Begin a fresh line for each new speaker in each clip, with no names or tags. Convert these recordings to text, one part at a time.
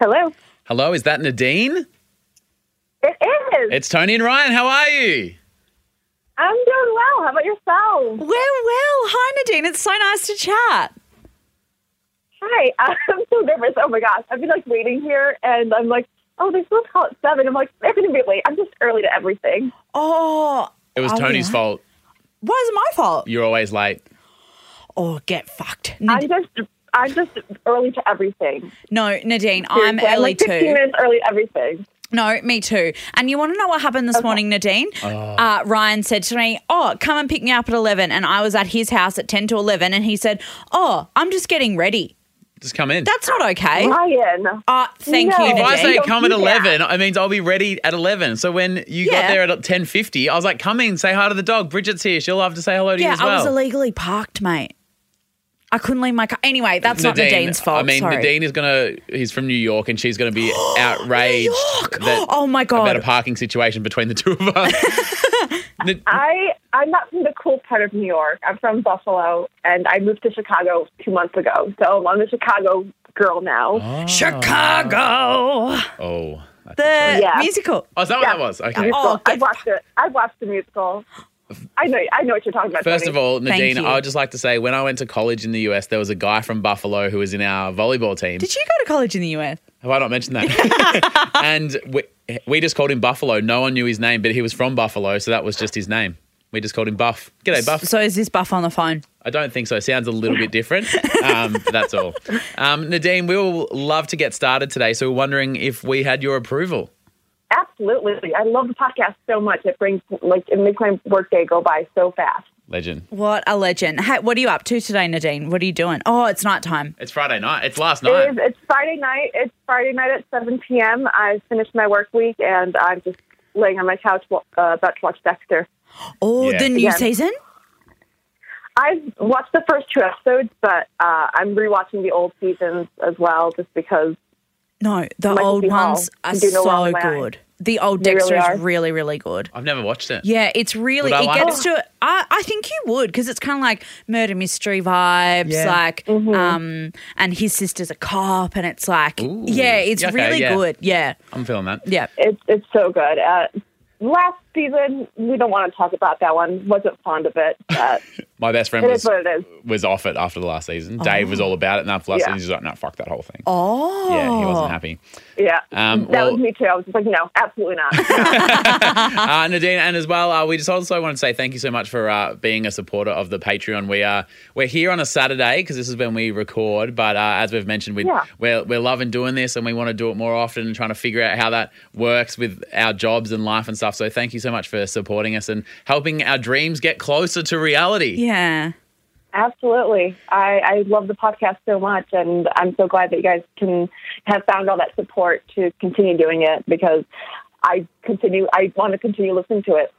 Hello.
Hello, is that Nadine?
It is.
It's Tony and Ryan. How are you?
I'm doing well. How about yourself?
We're well. Hi, Nadine. It's so nice to chat.
Hi. I'm so nervous. Oh my gosh. I've been like waiting here and I'm like, oh, they supposed to call at seven. I'm like, they're going to be late. I'm just early to everything.
Oh,
It was
Oh,
Tony's
yeah.
fault.
why is it my fault?
You're always late.
Oh, get fucked.
I'm
Nad-
just. I'm just early to everything.
no, Nadine, I'm
Seriously,
early
like 15
too.
minutes early to everything.
No, me too. And you want to know what happened this morning, Nadine?
Oh.
Uh, Ryan said to me, Oh, come and pick me up at 11. And I was at his house at 10 to 11. And he said, Oh, I'm just getting ready.
Just come in.
That's not okay.
Ryan.
Uh, thank
No.
you.
if I
Nadine.
say
Don't
come
do
at
that.
eleven, it means I'll be ready at eleven. So when you got
Yeah.
there at ten fifty, I was like, "Come in, say hi to the dog. Bridget's here. She'll have to say hello to you
yeah,
as well."
I was illegally parked, mate. I couldn't leave my car. Anyway, that's not Nadine's fault.
I mean,
Sorry.
Nadine is gonna. He's from New York, and she's gonna be outraged.
York!
that-
Oh, my God.
About a parking situation between the two of us. Na-
I I'm not from the cool part of New York. I'm from Buffalo, and I moved to Chicago two months ago. So I'm a Chicago girl now.
Chicago,
oh, that's
the
right.
Yeah.
musical.
oh, is that what that was? Okay.
Oh,
So I've
good.
watched it. I've watched the musical. I know. I know what you're talking about.
First
Tony.
of all, Nadine,
you.
I would just like to say when I went to college in the US, there was a guy from Buffalo who was in our volleyball team.
Did you go to college in the US?
Have I not mentioned that? and we, we just called him Buffalo. No one knew his name, but he was from Buffalo, so that was just his name. We just called him Buff. G'day, Buff.
So is this Buff on the phone?
I don't think so. Sounds a little bit different. Um, but that's all. Um, Nadine, we will love to get started today, so we're wondering if we had your approval.
absolutely, I love the podcast so much. It brings like it makes my workday go by so fast.
Legend.
What a legend. Hey, what are you up to today, Nadine? What are you doing? Oh, it's night time.
It's Friday night. It's last
It
night.
is, it's Friday night. It's Friday night at 7 p.m. I finished my work week, and I'm just laying on my couch wa- uh, about to watch Dexter.
Oh,
Yeah.
the new
Yeah.
season?
I've watched the first two episodes, but uh, I'm rewatching the old seasons as well, just because.
No, the
Michael
old
B. Hall.
ones are
You do know well
so
in my eye.
good. The old
They
Dexter
really are.
is really, really good.
I've never watched it.
Yeah, it's really,
Would I
it
like
gets to, I, I think you would, because it's kind of like murder mystery vibes,
Yeah.
like,
Mm-hmm.
um, and his sister's a cop, and it's like,
Ooh.
yeah, it's
Okay,
really
yeah.
good. Yeah,
I'm feeling that.
yeah.
It's it's so good. Uh, last season, we don't want to talk about that one. wasn't fond of it. But
My best friend
it is
was,
what it is.
was off it after the last season. Dave was all about it, and after last
Yeah.
season, he's like, no, fuck that whole thing.
Oh.
Yeah, he wasn't happy.
Yeah,
Um,
that
well-
was me too. I was just like, no, absolutely not.
Ah.
uh, Nadine, and as well, uh, we just also want to say thank you so much for uh, being a supporter of the Patreon. We are we're here on a Saturday because this is when we record. But uh, as we've mentioned, we
Yeah.
we're, we're loving doing this, and we want to do it more often and trying to figure out how that works with our jobs and life and stuff. So thank you so much for supporting us and helping our dreams get closer to reality.
Yeah.
absolutely, I, I love the podcast so much, and I'm so glad that you guys can have found all that support to continue doing it because I continue. I want to continue listening to it.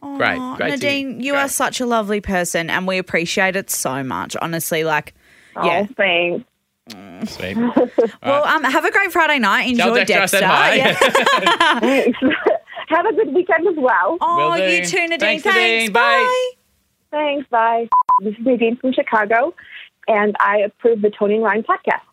Great,
Aw,
great to-
Nadine, you
great.
are such a lovely person and we appreciate it so much. Honestly, like yeah.
Oh, thanks.
Sweet.
Well, um, have a great Friday night.
Tell
Enjoy
Dexter I
Dexter.
said hi.
Yeah.
Have a good weekend as well.
oh,
Will
you
do.
too, Nadine.
Thanks, Nadine.
Thanks.
Bye.
Bye.
Thanks. Bye. This is Nadine from Chicago, and I approve the Tony and Ryan podcast.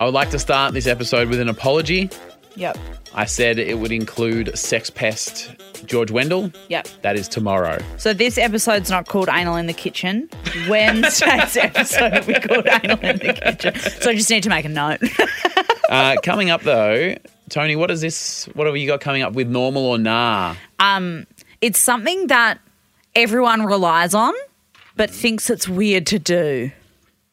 I would like to start this episode with an apology.
Yep.
I said it would include sex pest George Wendell.
Yep.
That is tomorrow.
So this episode's not called Anal in the Kitchen. Wednesday's episode we called Anal in the Kitchen. So I just need to make a note.
Uh, coming up though, Tony, what is this? What have you got coming up with normal or nah?
it's something that everyone relies on but thinks it's weird to do.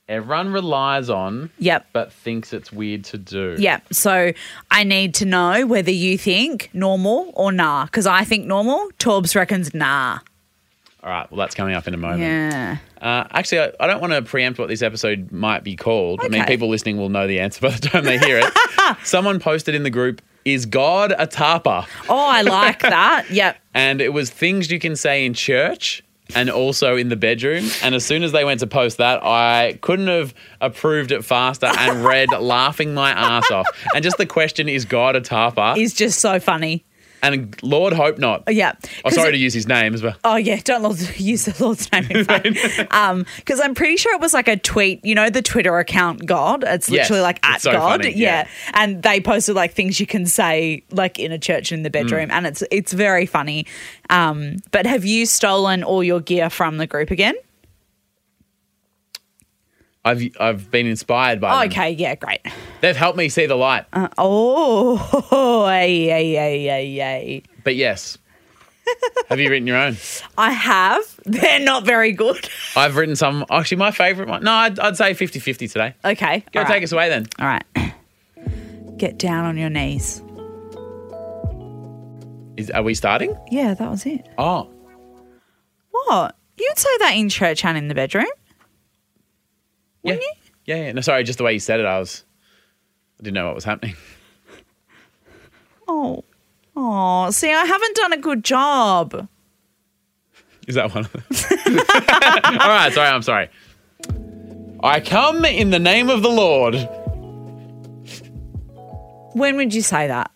Everyone relies on,
Yep.
but thinks it's weird to do.
Yeah. So I need to know whether you think normal or nah, because I think normal. Torbs reckons nah.
All right. Well, that's coming up in a moment.
Yeah.
Uh, actually, I, I don't want to preempt what this episode might be called. I mean,
Okay.
people listening will know the answer by the time they hear it. Someone posted in the group, "Is God a tarpa?"
Oh, I like that. Yep.
And it was things you can say in church. And also in the bedroom. And as soon as they went to post that, I couldn't have approved it faster and read laughing my ass off. And just the question is God a tarpa?
Is just so funny.
And Lord hope not.
Yeah.
Oh,
'Cause
sorry
it-
to use his name as well.
Oh yeah, don't Lord's, use the Lord's name in vain. Um, because I'm pretty sure it was like a tweet. You know the Twitter account God. It's
Yes,
literally like
it's
at
so
God.
funny, yeah.
yeah. and they posted like things you can say like in a church
Mm.
in the bedroom, and it's it's very funny. Um, but have you stolen all your gear from the group again?
I've I've been inspired by.
Oh,
them.
okay, yeah, great.
They've helped me see the light.
Uh, oh, ay, ay, ay, ay, ay.
But yes. Have you written your own?
I have. They're not very good.
I've written some. Actually, my favorite one. No, I'd, I'd say 50 50 today.
Okay,
Go
all
take
right.
us away then.
All right. Get down on your knees.
Is, are we starting?
Yeah, that was it.
Oh,
What? You'd say that in church and in the bedroom?
yeah.
Wouldn't you?
Yeah, yeah. No, sorry, just the way you said it, I was. I didn't know what was happening.
Oh. Oh, see, I haven't done a good job.
Is that one of them? All right, sorry, I'm sorry. I come in the name of the Lord.
When would you say that?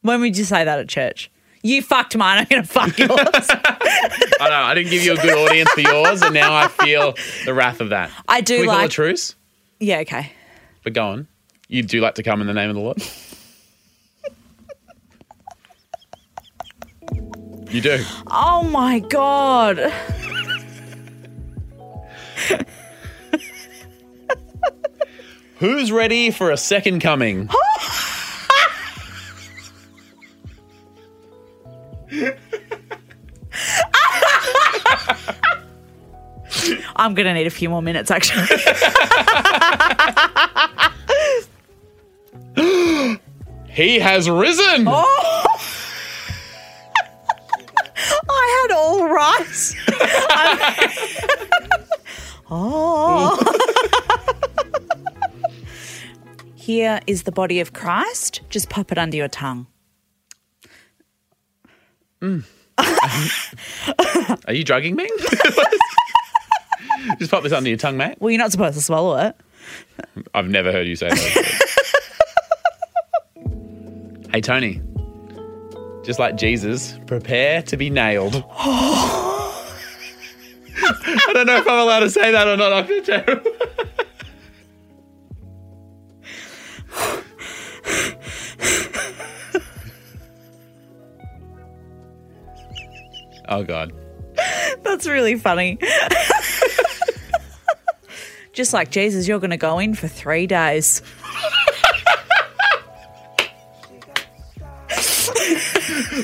When would you say that at church? You fucked mine, I'm gonna fuck yours.
I know, I didn't give you a good audience for yours, and now I feel the wrath of that.
I do
Can we call a
like-
truce?
yeah, okay.
But go on. You do like to come in the name of the Lord? you do.
Oh my god.
Who's ready for a second coming?
I'm gonna need a few more minutes actually.
He has risen.
Oh, I had all right. I'm- oh. Here is the body of Christ. Just pop it under your tongue.
Are you drugging me? Just pop this under your tongue, mate.
Well, you're not supposed to swallow it.
I've never heard you say that. hey, Tony. Just like Jesus, prepare to be nailed. I don't know if I'm allowed to say that or not. I feel terrible. oh, God.
That's really funny. Just like Jesus, you're going to go in for three days.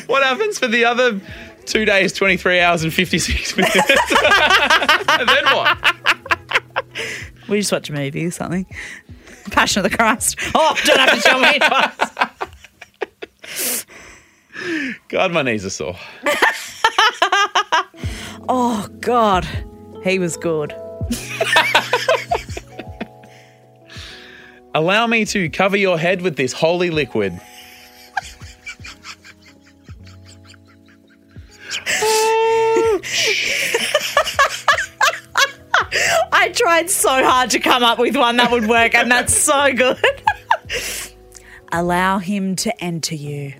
What happens for the other two days, 23 hours, and 56 minutes? and then what?
We just watch a movie or something. Passion of the Christ. Oh, don't have to show me twice.
God, my knees are sore.
Oh, God. He was good.
Allow me to cover your head with this holy liquid.
I tried so hard to come up with one that would work, and that's so good. Allow him to enter you.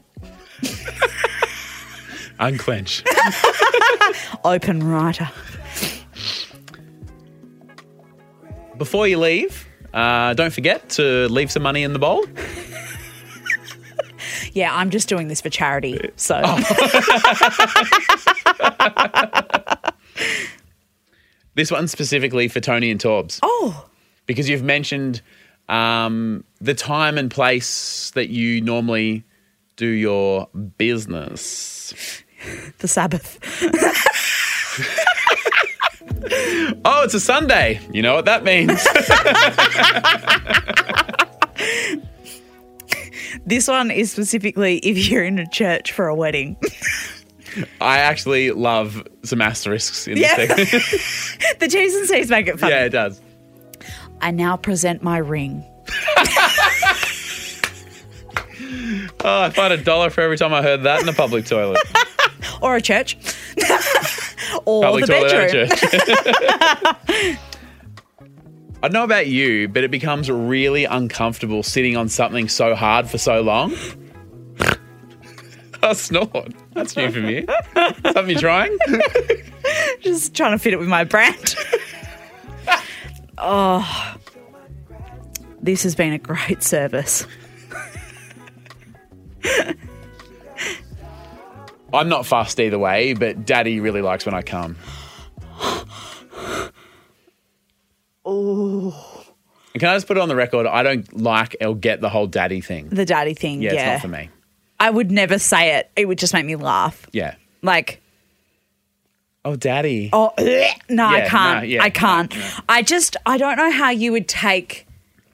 Unclench.
Open writer.
Before you leave, uh, don't forget to leave some money in the bowl.
Yeah, I'm just doing this for charity. So,
Oh. This one's specifically for Tony and Torbs
oh,
because you've mentioned um, the time and place that you normally do your business.
the Sabbath.
Oh, it's a Sunday. You know what that means.
This one is specifically if you're in a church for a wedding.
I actually love some asterisks in
Yeah.
this thing.
the T's and C's make it fun.
yeah, it does.
I now present my ring.
Oh, I find a dollar for every time I heard that in a public toilet.
Or a church. or
Public
the
toilet
bedroom.
at church. I don't know about you, but it becomes really uncomfortable sitting on something so hard for so long. does snort. That's new from you. Something you're trying?
Just trying to fit it with my brand. oh, this has been a great service.
I'm not fussed either way, but Daddy really likes when I come. And can I just put it on the record? I don't like or get the whole daddy thing.
The daddy thing.
Yeah,
Yeah,
it's not for me.
I would never say it. It would just make me laugh.
Yeah.
Like,
Oh, daddy.
oh bleh. no,
Yeah,
I can't.
no, yeah,
I can't.
no, no.
I just I don't know how you would take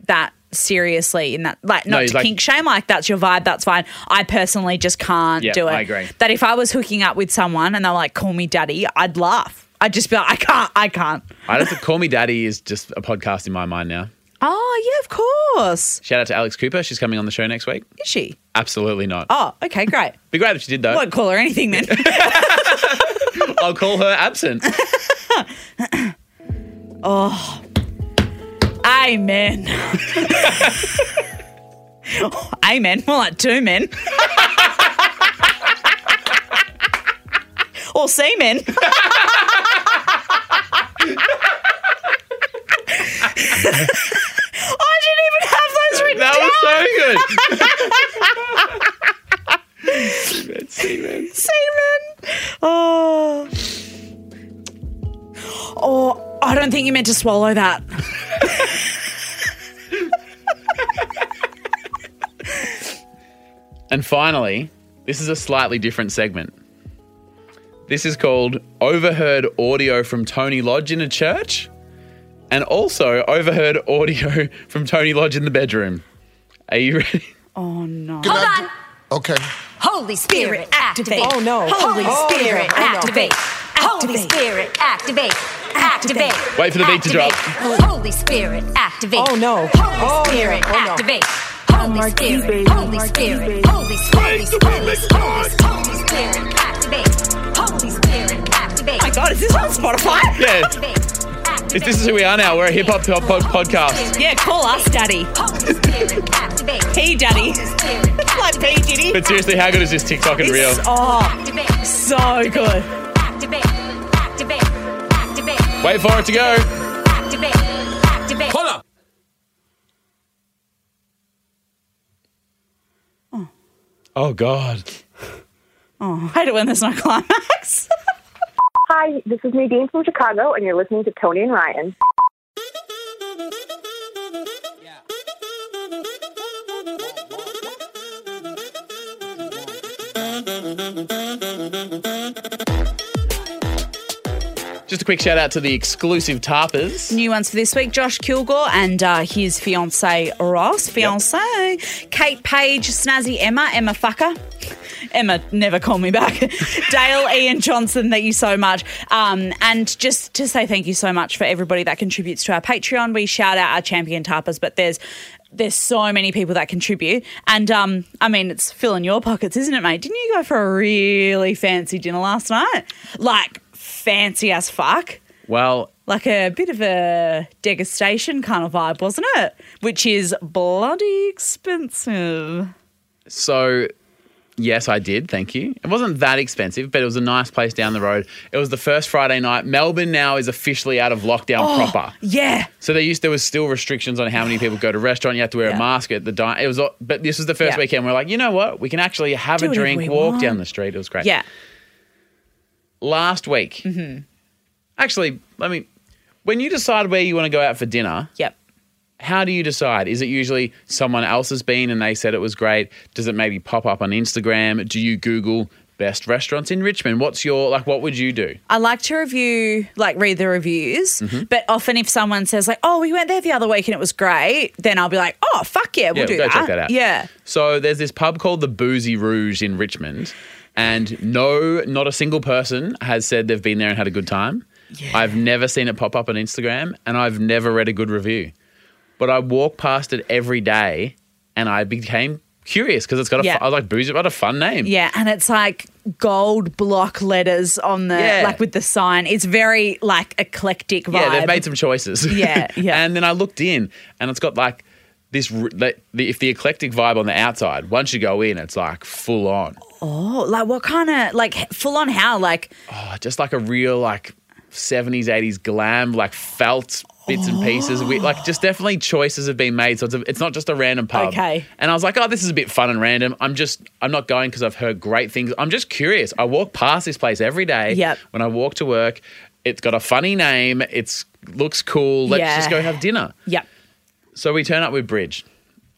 that seriously in that like
No,
not to
like-
kink shame like that's your vibe that's fine i personally just can't
Yeah,
do it
I agree.
that if i was hooking up with someone and they were like call me daddy i'd laugh i'd just be like i can't i can't
I don't think Call Me Daddy is just a podcast in my mind now.
oh yeah of course
Shout out to Alex Cooper. She's coming on the show next week.
is she
Absolutely not.
oh okay great
Be great if she did, though.
won't call her anything then
I'll call her absent.
Amen. Amen. More like two men. or semen. I didn't even have those written
That
down.
was so good. Semen.
Semen. Oh. Oh, I don't think you meant to swallow that. Oh
And finally, this is a slightly different segment. This is called Overheard Audio from Tony Lodge in a Church, and also Overheard Audio from Tony Lodge in the Bedroom. Are you ready?
Oh, no.
Hold on.
Okay.
Holy Spirit, activate.
Oh, no.
Holy
Oh, no.
Spirit,
Oh, no.
activate. Holy
Activate.
Spirit, activate. Activate.
Wait for the beat to drop.
Activate. Holy Spirit, activate.
Oh, no. Oh, no.
Holy Spirit,
Oh, no.
activate. Holy Spirit, Holy Spirit, Holy Spirit, Holy Spirit, Holy Spirit, activate. Holy Spirit, activate.
my God, is this on Spotify?
Yeah.
Activate.
If this is who we are now, we're a hip hop hop pod podcast.
Yeah, call us daddy.
Holy Spirit, activate.
Hey, daddy.
Holy Spirit,
Like P. Diddy.
But seriously, how good is this TikTok and real?
It's, oh,
activate.
so good.
Activate, activate, activate,
Wait for it to go.
activate, activate. Hold up.
Oh God.
I hate it when there's no climax.
Hi, this is Nadine from Chicago, and you're listening to Tony and Ryan.
Just a quick shout out to the exclusive tarpers.
New ones for this week Josh Kilgore and uh, his fiance Ross, fiance Kate Page, Snazzy Emma, Emma Fucker. Emma, never call me back. Dale, Ian Johnson, thank you so much. Um, and just to say thank you so much for everybody that contributes to our Patreon. We shout out our champion tarpers, but there's there's so many people that contribute. And um, I mean, it's filling your pockets, isn't it, mate? Didn't you go for a really fancy dinner last night? Like, fancy as fuck
Well,
like a bit of a degustation kind of vibe, wasn't it? Which is bloody expensive.
So, yes, I did. Thank you. It wasn't that expensive, but it was a nice place down the road. It was the first Friday night. Melbourne now is officially out of lockdown proper.
Yeah.
So they used there was still restrictions on how many people go to restaurant. You had to wear a
Yeah.
mask at the di- It was, all- but this was the first
Yeah.
weekend. We're like, you know what? We can actually have
Do
a
whatever
drink,
we
walk
want.
down the street. It was great.
Yeah. Mm-hmm.
Last week, actually, let me. When you decide where you want to go out for dinner,
Yep.
how do you decide? Is it usually someone else has been and they said it was great? Does it maybe pop up on Instagram? Do you Google best restaurants in Richmond? What's your like? What would you do?
I like to review, like read the reviews,
Mm-hmm.
but often if someone says like, "Oh, we went there the other week and it was great," then I'll be like, "Oh, fuck yeah, we'll
Yeah,
do
go
that."
check that out.
Yeah.
So there's this pub called the Boozy Rouge in Richmond, and no, not a single person has said they've been there and had a good time. I've never seen it pop up on Instagram, and I've never read a good review. But I walk past it every day, and I became curious because it's got a
Yeah.
fu- I like Boozy, what a fun name.
Yeah, and it's like gold block letters on the
Yeah.
like with the sign. It's very like eclectic vibe.
Yeah, they've made some choices.
Yeah, yeah.
and then I looked in and it's got like this r- like, the, if the eclectic vibe on the outside, once you go in, it's like full on.
Oh, like what kind of like h- full on how? Like
Oh, just like a real like 70s, 80s glam, like felt bits and pieces. We, like just definitely choices have been made. So it's, a, it's not just a random pub.
Okay.
And I was like, oh, this is a bit fun and random. I'm just, I'm not going because I've heard great things. I'm just curious. I walk past this place every day.
Yep.
When I walk to work, it's got a funny name. It's looks cool. Let's
Yeah.
just go have dinner.
yep.
So we turn up with Bridge.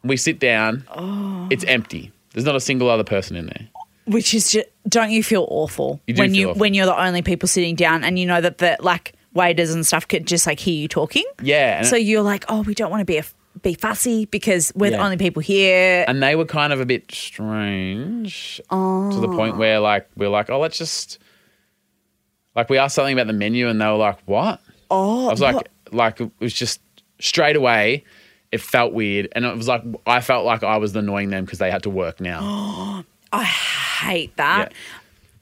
We sit down.
Oh.
It's empty. There's not a single other person in there.
Which is just, don't you feel awful
You do
when
feel
you
awful.
when you're the only people sitting down and you know that the like waiters and stuff could just like hear you talking.
Yeah. and-
So you're like, oh, we don't want to be a, be fussy because we're the
Yeah.
only people here.
and they were kind of a bit strange to the point where like we are like oh let's just like we asked something about the menu and they were like what
oh,
i was like like it was just straight away it felt weird and it was like i felt like i was annoying them because they had to work now
hate that.
Yeah.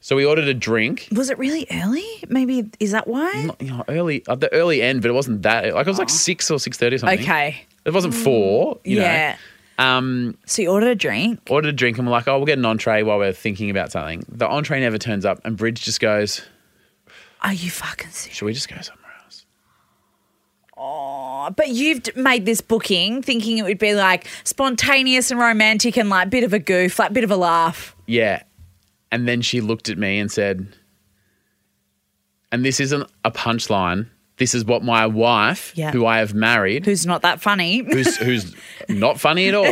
so we ordered a drink
Was it really early? Maybe is that why?
you know, early at the early end but it wasn't that like it was like 6 or 6.30 or something
Oh. Okay.
it wasn't 4 you
yeah.
know um
So you ordered a drink.
ordered a drink and we're like, oh, we'll get an entree while we're thinking about something. The entree never turns up, and Bridge just goes,
Are you fucking serious?
should we just go somewhere else?
But you've d- made this booking thinking it would be like spontaneous and romantic and like bit of a goof, like bit of a laugh.
Yeah. And then she looked at me and said, and this isn't a punchline. This is what my wife,
Yeah.
who I have married,
Who's not that funny?
who's who's not funny at all,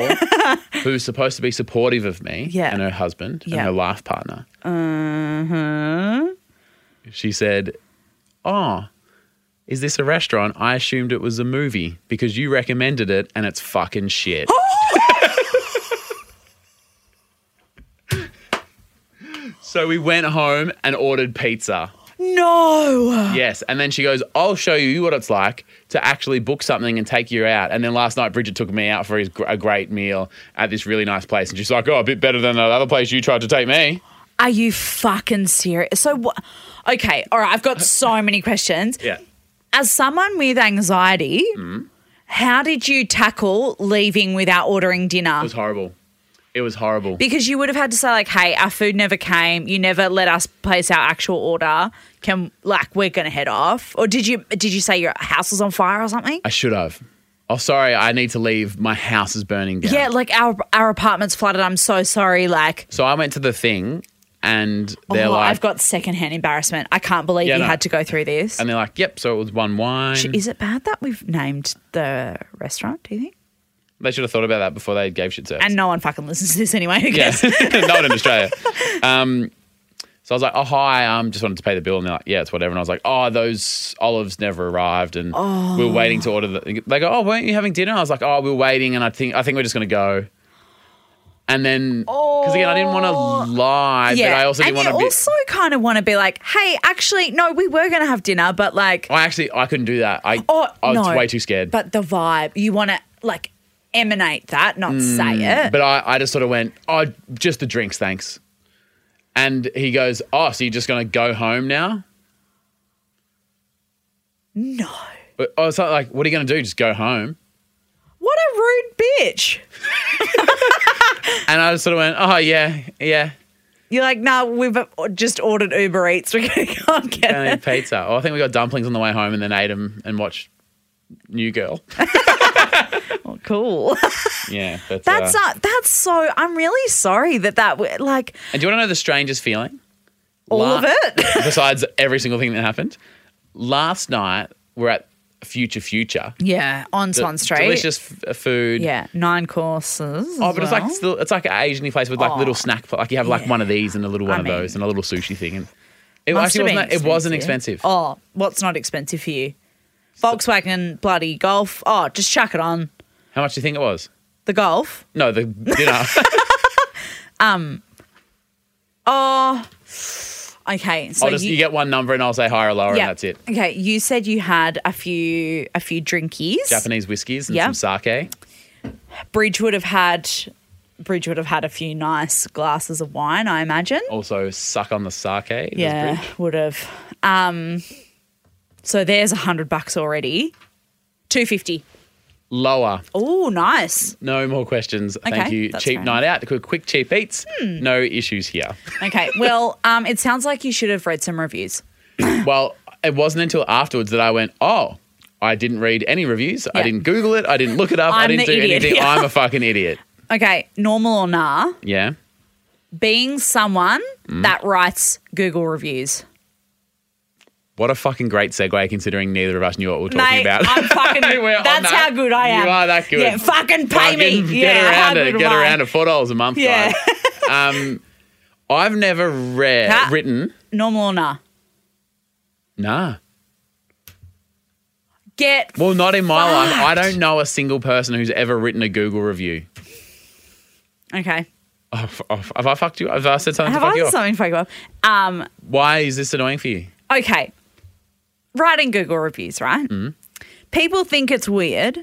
who's supposed to be supportive of me
Yeah.
and her husband
Yeah. Uh-huh.
and her life partner. Uh-huh. She said, "Oh, is this a restaurant? I assumed it was a movie because you recommended it and it's fucking shit."
Oh!
so we went home and ordered pizza.
no.
Yes. And then she goes, I'll show you what it's like to actually book something and take you out. And then last night, Bridget took me out for his, gr- a great meal at this really nice place. And she's like, oh, a bit better than that other place you tried to take me.
Are you fucking serious? So what? Okay. All right. I've got so many questions.
Yeah. Mm-hmm.
As someone with anxiety, how did you tackle leaving without ordering dinner?
It was horrible. It was horrible.
because you would have had to say like, "Hey, our food never came. You never let us place our actual order. Can like we're gonna head off?" Or did you did you say your house is on fire or something?
I should have. Oh, sorry. I need to leave. My house is burning down.
yeah, like our our apartment's flooded. I'm so sorry. Like,
So I went to the thing and they're
oh,
like,
I've got secondhand embarrassment. I can't believe
Yeah,
you
no.
had to go through this.
and they're like, yep. So it was one wine.
Is it bad that we've named the restaurant? Do you think?
they should have thought about that before they gave shit service.
And no one fucking listens to this anyway. Who
Yeah,
cares?
no one in Australia. Um, so I was like, oh, hi, um, just wanted to pay the bill. And they're like, yeah, it's whatever. And I was like, oh, those olives never arrived. And we were waiting to order. The, they go, oh, weren't you having dinner? I was like, oh, we are waiting. And I think, I think we're just going to go. And then, because again, I didn't want to lie, but I also
Oh. and
didn't want to
you
be.
also kind of want to be like, hey, actually, no, we were going to have dinner, but like,
I actually, I couldn't do that. I,
oh,
I was
no.
way too scared.
But the vibe, you want to like emanate that, not say it.
Mm, But I, I just sort of went, oh, just the drinks, thanks. And he goes, oh, so you're just going to go home now?
no,
But I was like, what are you going to do? Just go home?
what a rude bitch.
And I just sort of went, oh, yeah, yeah.
You're like, nah, we've uh, just ordered Uber Eats. We're going to go and get
And then
it.
pizza. Oh, I think we got dumplings on the way home and then ate them and watched New Girl.
Oh, cool.
Yeah. But,
That's
uh,
uh, that's so. I'm really sorry that that w- like
And do you want to know the strangest feeling?
all of it.
besides every single thing that happened. Last night, we're at Future Future.
Yeah, on
The
Swan Street.
Delicious f- uh, food.
Yeah, nine courses.
Oh, but it's like still, it's like an Asian place with like little snack. pla- Like you have like one of these and a little one of
Oh. mean-
those and a little sushi thing. And it
Must
actually
have
wasn't.
been
It wasn't expensive.
Oh, what's not expensive for you? Volkswagen, bloody golf. Oh, just chuck it on
How much do you think it was?
the golf.
No, the dinner.
Oh, Okay, so
I'll just you, get one number and I'll say higher or lower and that's it.
Okay, you said you had a few a few drinkies.
Japanese whiskies and
Yeah.
some sake.
Bridge would have had. Bridge would have had a few nice glasses of wine, I imagine.
Also, suck on the sake. It was
yeah,
brilliant.
would have. Um, so there's a hundred bucks already. Two fifty.
Lower.
Oh, nice.
No more questions. Thank
Okay,
you.
that's
Cheap
fair Hmm.
night out. Quick, quick cheap eats. No issues here.
Okay. Well, um, it sounds like you should have read some reviews.
well, it wasn't until afterwards that I went, oh, I didn't read any reviews. I
Yeah.
didn't Google it. I didn't look it up. I
I'm
didn't
the
do
idiot
anything.
here.
I'm a fucking idiot.
Okay. Normal or nah?
Yeah.
Being someone
Mm.
that writes Google reviews.
What a fucking great segue considering neither of us knew what we were talking
Mate,
about.
I'm fucking.
We're on
that's
that.
how good I am.
You are that good.
Yeah, fucking pay
Fucking
me.
Get
yeah, how
around
good
it.
am
Get
I?
around it. Four dollars a month,
Yeah.
guys. Um, I've never read
Ha-
written.
Normal or nah?
Nah.
Get
Well, not in my life. I don't know a single person who's ever written a Google review.
okay.
Oh, f- oh, f- have I fucked you? Have I said something
Have
to fuck
I
you
done
off?
something fuck you up? Um,
Why is this annoying for you?
okay. Writing Google reviews, right?
Mm-hmm.
People think it's weird,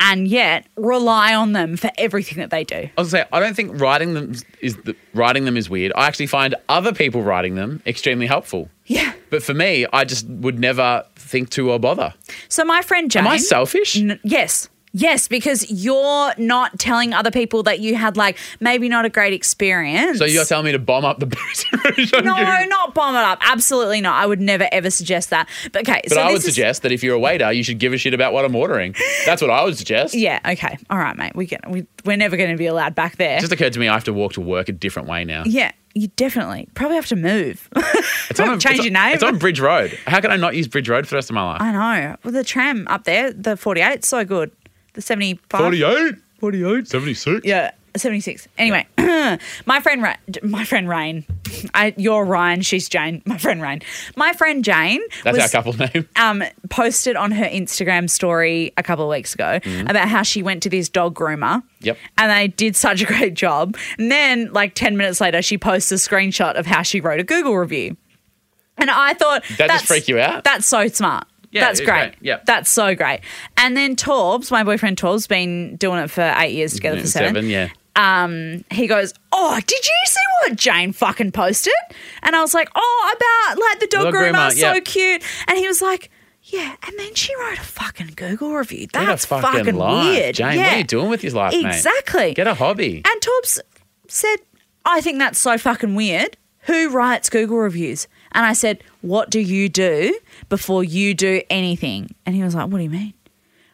and yet rely on them for everything that they do.
I was gonna say I don't think writing them is the, writing them is weird. I actually find other people writing them extremely helpful.
Yeah.
But for me, I just would never think to or bother.
So my friend Jane.
Am I selfish?
N- yes. Yes, because you're not telling other people that you had like maybe not a great experience.
So you're telling me to bomb up the booze?
No, not bomb it up. Absolutely not. I would never ever suggest that. But okay,
But
so
I
this
would
is-
suggest that if you're a waiter, you should give a shit about what I'm ordering. That's what I would suggest.
Yeah, okay. All right, mate. We get we we're never gonna be allowed back there.
It just occurred to me I have to walk to work a different way now.
yeah, you definitely probably have to move.
It's on a,
Change
it's on-
your name.
It's on Bridge Road. How can I not use Bridge Road for the rest of my life?
I know. Well, the tram up there, the 48, so good. The 75.
48, 48, 76.
Yeah, 76. Anyway, my friend Ra- my friend Rain. I you're Ryan, she's Jane. My friend Rain. My friend Jane
That's
was
our couple name.
um, posted on her Instagram story a couple of weeks ago about how she went to this dog groomer.
Mm-hmm. Yep.
And they did such a great job. And then, like 10 minutes later, she posts a screenshot of how she wrote a Google review. And I thought,
That
that's-
just freak you out?
That's so smart.
Yeah,
that's
it's
great.
great. Yep.
That's so great. And then Torbs, my boyfriend Torbs, been doing it for eight years together
Mm,
for seven
yeah.
he goes, Oh, did you see what Jane fucking posted? And I was like, Oh, about like the dog
Dog
groomer,
groomer,
so
yeah.
cute. And he was like, Yeah. And then she wrote a fucking Google review.
Get a
That's
fucking,
fucking,
life.
weird.
Jane, what
Yeah.
are you doing with your life, mate?
Exactly.
Get a hobby.
And Torbs said, I think that's so fucking weird. Who writes Google reviews? And I said, What do you do before you do anything? And he was like, What do you mean?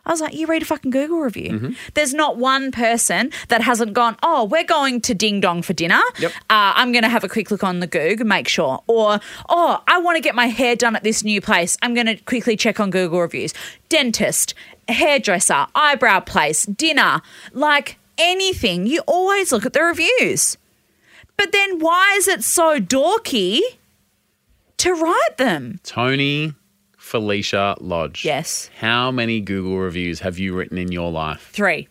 I was like, You read a fucking Google review. There's not one person that hasn't gone, Oh, we're going to Ding Dong for dinner.
Yep.
Uh, I'm going to have a quick look on the Goog, make sure. Or, Oh, I want to get my hair done at this new place. I'm going to quickly check on Google reviews. Dentist, hairdresser, eyebrow place, dinner. Like, anything, you always look at the reviews. But then why is it so dorky to write them?
Tony Felicia Lodge.
Yes.
How many Google reviews have you written in your life?
Three.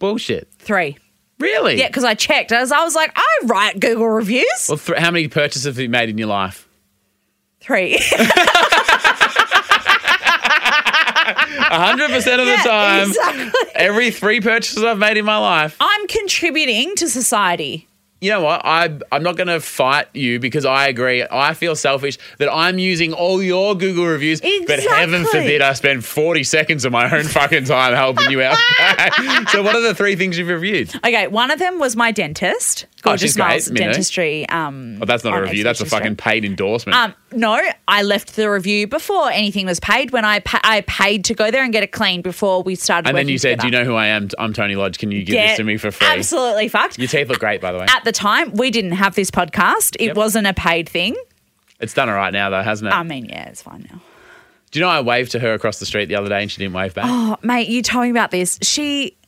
Bullshit.
Three.
Really?
Yeah, because I checked. I was, I was like, I write Google reviews.
Well, th- how many purchases have you made in your life?
Three.
hundred percent of the
Yeah,
time,
exactly.
every three purchases I've made in my life.
I'm contributing to society.
You know what? I I'm not going to fight you because I agree. I feel selfish that I'm using all your Google reviews, but heaven
Exactly.
forbid I spend forty seconds of my own fucking time helping you out. so, what are the three things you've reviewed?
Okay, one of them was my dentist.
Oh,
Gorgeous
she's great,
Smiles
you know.
Dentistry. Um,
Oh, that's not
on
a review. That's a fucking
Exhibition Street.
paid endorsement.
Um, no, I left the review before anything was paid. When I pa- I paid to go there and get it cleaned before we started.
and then
working
you said, "Do you
together."
know who I am? I'm Tony Lodge. Can you give
Get
this to me for free?"
Absolutely fucked.
Your teeth look great, by the way.
At the time, we didn't have this podcast. It
Yep.
wasn't a paid thing.
It's done all right now, though, hasn't it?
I mean, yeah, it's fine now.
Do you know I waved to her across the street the other day and she didn't wave back?
Oh, mate, you told me about this. She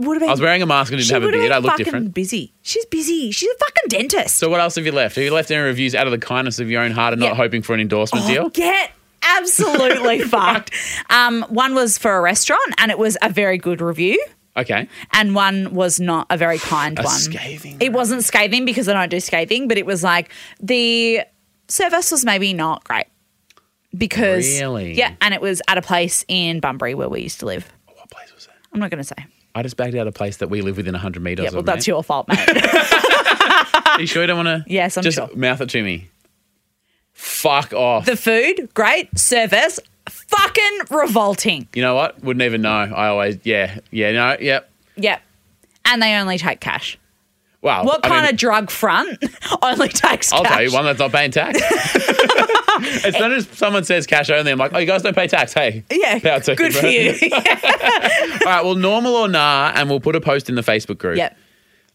would have been.
I was wearing a mask and didn't
she
have a
would
beard.
Been
I looked
fucking
different.
Busy. She's busy. She's a fucking dentist.
So what else have you left? Have you left any reviews out of the kindness of your own heart and
Yeah. Oh.
not hoping for an endorsement deal?
Get absolutely fucked. Um, one was for a restaurant, and it was a very good review.
Okay.
and one was not a very kind
A
one.
scathing
It wasn't scathing because I don't do scathing, but it was like the service was maybe not great because
Really?
yeah, and it was at a place in Bunbury where we used to live.
What place was that?
I'm not going to say.
I just backed out a place that we live within 100 metres
Yeah,
of.
well, that's your fault, mate.
Are you sure you don't want to?
Yes, I'm
just
sure.
mouth it to me. Fuck off.
the food, great. Service, fucking revolting.
You know what? Wouldn't even know. I always, yeah, yeah, no, yep.
Yep. And they only take cash.
Wow.
What
I
kind
mean,
of drug front only takes
I'll
cash?
tell you, one that's not paying tax. it's not as someone says cash only. I'm like, oh, you guys don't pay tax. Hey.
Yeah,
Power to you,
good for
bro.
you.
All right. Well, normal or nah, and we'll put a post in the Facebook group.
yep.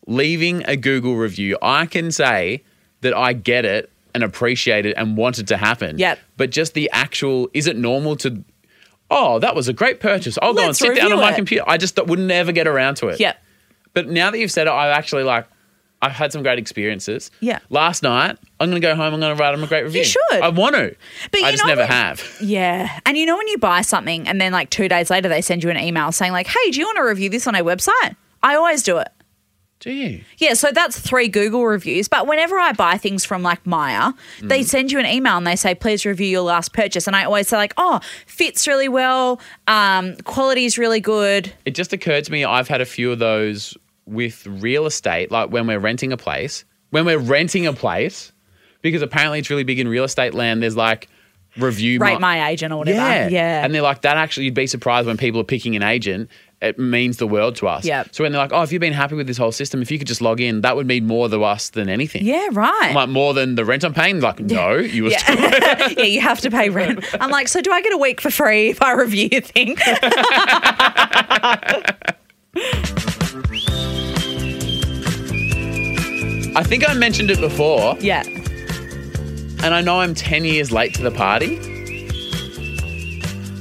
Leaving a Google review, I can say that I get it and appreciate it and want it to happen.
Yep.
But just the actual, is it normal to? Oh, that was a great purchase. I'll
Let's
go and sit down on
review
my
it.
computer. I just th- would never get around to it.
Yep.
But now that you've said it, I actually like. I've had some great experiences.
Yeah.
Last night, I'm going to go home. I'm going to write them a great review.
should.
I want to.
But
I
you
just
know
never
what-
have.
Yeah. And you know when you buy something and then like two days later they send you an email saying like, hey, do you want to review this on our website? I always do it.
Do you?
Yeah, so that's three Google reviews. But whenever I buy things from like Maya,
Mm.
they send you an email and they say, please review your last purchase. And I always say like, oh, fits really well, um, quality's really good.
It just occurred to me I've had a few of those with real estate, like when we're renting a place. When we're renting a place, because apparently it's really big in real estate land, there's like review
Rate
mi-
my agent or whatever.
Yeah.
Yeah.
And they're like, that actually, you'd be surprised when people are picking an agent. It means the world to us.
Yep.
So when they're like, oh, if you've been happy with this whole system, if you could just log in, that would mean more to us than anything.
yeah, right.
Like more than the rent I'm paying. Like, no, you were still
yeah. yeah, you have to pay rent. I'm like, so do I get a week for free if I review your thing?
I think I mentioned it before,
yeah.
and I know I'm 10 years late to the party.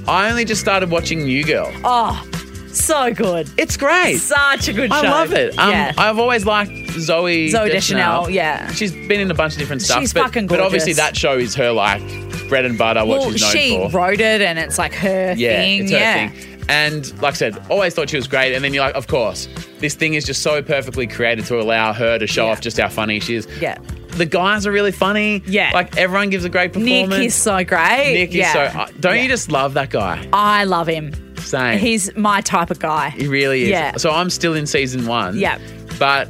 I only just started watching New Girl.
Oh, so good.
It's great.
Such a good
I
show.
love it. Um,
yeah.
I've always liked Zoe
Zoe
Deschanel.
Deschanel, yeah.
She's been in a bunch of different stuff.
She's
but,
fucking
But obviously,
gorgeous.
that show is her like bread and butter, what
well,
she's known
she
for.
wrote it and it's like her
yeah,
thing.
it's her
yeah.
thing. And like I said, always thought she was great. And then you're like, of course, this thing is just so perfectly created to allow her to show
Yeah.
off just how funny she is.
Yeah.
The guys are really funny.
Yeah.
Like everyone gives a great
Nick
performance.
is so great.
Nick is
yeah.
so. uh, don't
Yeah.
you just love that guy?
I love him.
Same.
He's my type of guy.
He really is.
Yeah.
So I'm still in season one.
Yeah.
But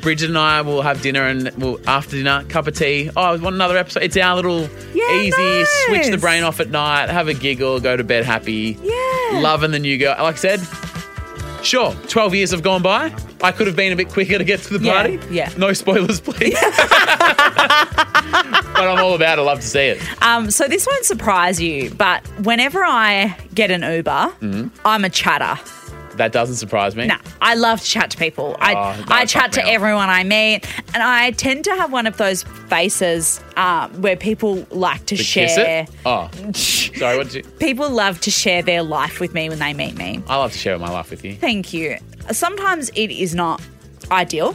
Bridget and I will have dinner and we'll after dinner, cup of tea. Oh, want another episode? It's our little
Yeah,
easy switch the
nice.
brain off at night, have a giggle, go to bed happy.
Yeah.
Loving the new girl. Like I said, sure, 12 years have gone by. I could have been a bit quicker to get to the
Yeah,
party.
yeah.
No spoilers, please. but I'm all about it. I love to see it.
Um, so this won't surprise you, but whenever I get an Uber,
Mm-hmm.
I'm a chatter.
That doesn't surprise me.
Nah, I love to chat to people. I,
Oh, no,
I
fuck
chat
me
to
up.
everyone I meet, and I tend to have one of those faces uh, where people like to
To kiss
share.
it? Oh. Sorry, what did you?
People love to share their life with me when they meet me.
I love to share my life with you.
Thank you. Sometimes it is not ideal.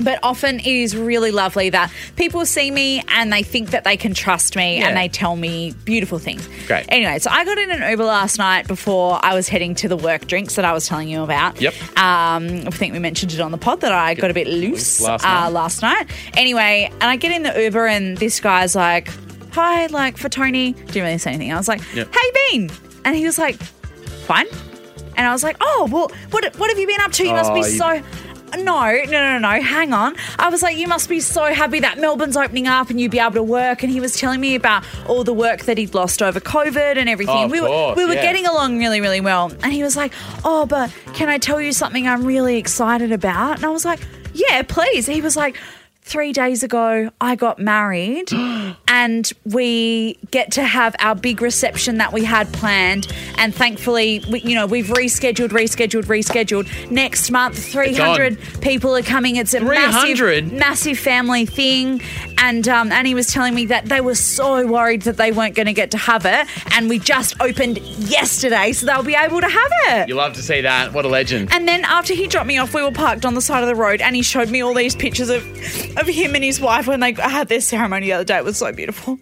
But often it is really lovely that people see me and they think that they can trust me
Yeah.
and they tell me beautiful things.
Great.
Anyway, so I got in an Uber last night before I was heading to the work drinks that I was telling you about.
Yep.
Um, I think we mentioned it on the pod that I got a bit loose
Last
uh,
night.
last night. Anyway, and I get in the Uber and this guy's like, "Hi, like for Tony." Didn't really say anything. I was like,
Yep.
"Hey, Bean," and he was like, "Fine." And I was like, "Oh, well, what what have you been up to? You must be
Oh, you-
so." No, no, no, no, hang on. I was like, you must be so happy that Melbourne's opening up and you'd be able to work. And he was telling me about all the work that he'd lost over COVID and everything.
Oh, of
we were
course,
we were
yeah.
getting along really, really well. And he was like, Oh, but can I tell you something I'm really excited about? And I was like, Yeah, please. He was like, Three days ago, I got married, and we get to have our big reception that we had planned. And thankfully, we, you know, we've rescheduled, rescheduled, rescheduled. Next month,
It's on.
300 people are coming. It's a
300?
massive, massive family thing. And um, and he was telling me that they were so worried that they weren't going to get to have it, and we just opened yesterday, so they'll be able to have it.
You love to see that. What a legend.
and then after he dropped me off, we were parked on the side of the road, and he showed me all these pictures of of him and his wife when they had their ceremony the other day. It was so beautiful.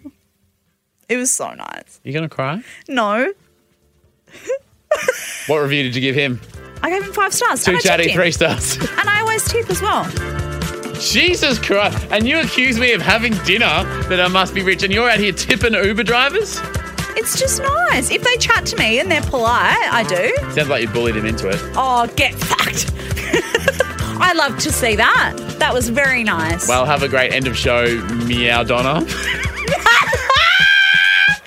It was so nice.
You gonna cry?
No,
What review did you give him?
I gave him five stars.
Two
and I tipped
chatty,
him.
three stars.
And I always tip as well.
Jesus Christ! And you accuse me of having dinner that I must be rich, and you're out here tipping Uber drivers?
It's just nice. If they chat to me and they're polite, I do.
Sounds like you bullied him into it.
Oh, get fucked. I love to see that. That was very nice.
Well, have a great end of show, meow Donna.
I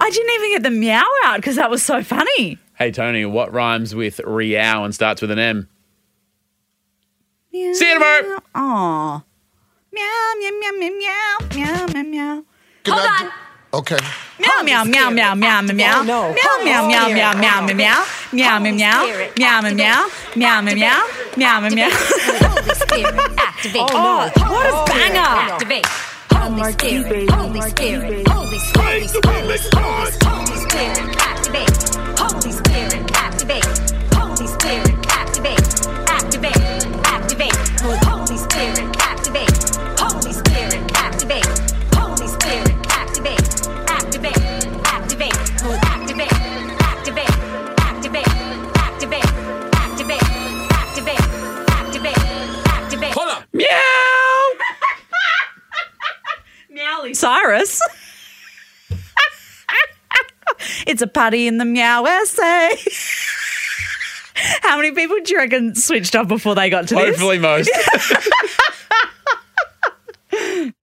I didn't even get the meow out because that was so funny.
Hey, Tony, what rhymes with Riau and starts with an M?
Meow.
See you tomorrow.
Aw. Meow, meow, meow, meow, meow, meow, meow, meow.
Hold
on.
Okay.
Meow meow meow meow meow meow meow meow meow meow meow meow meow meow meow meow meow meow meow meow meow meow meow meow meow.
Holy Spirit, activate.
Oh, what a banger.
Activate. Holy Spirit, Holy Spirit, Holy Spirit, Holy Spirit, Holy Spirit, activate. Holy Spirit, activate. Holy Spirit, activate. Activate, activate. Holy Spirit, activate. Holy Spirit, activate. Holy Spirit, activate. Activate, activate. Activate, activate. Activate, activate. Activate, activate. Activate, activate. Hold up.
Meow.
Meowly Cyrus. it's a party in the meow essay. How many people do you reckon switched off before they got to this?
Hopefully most.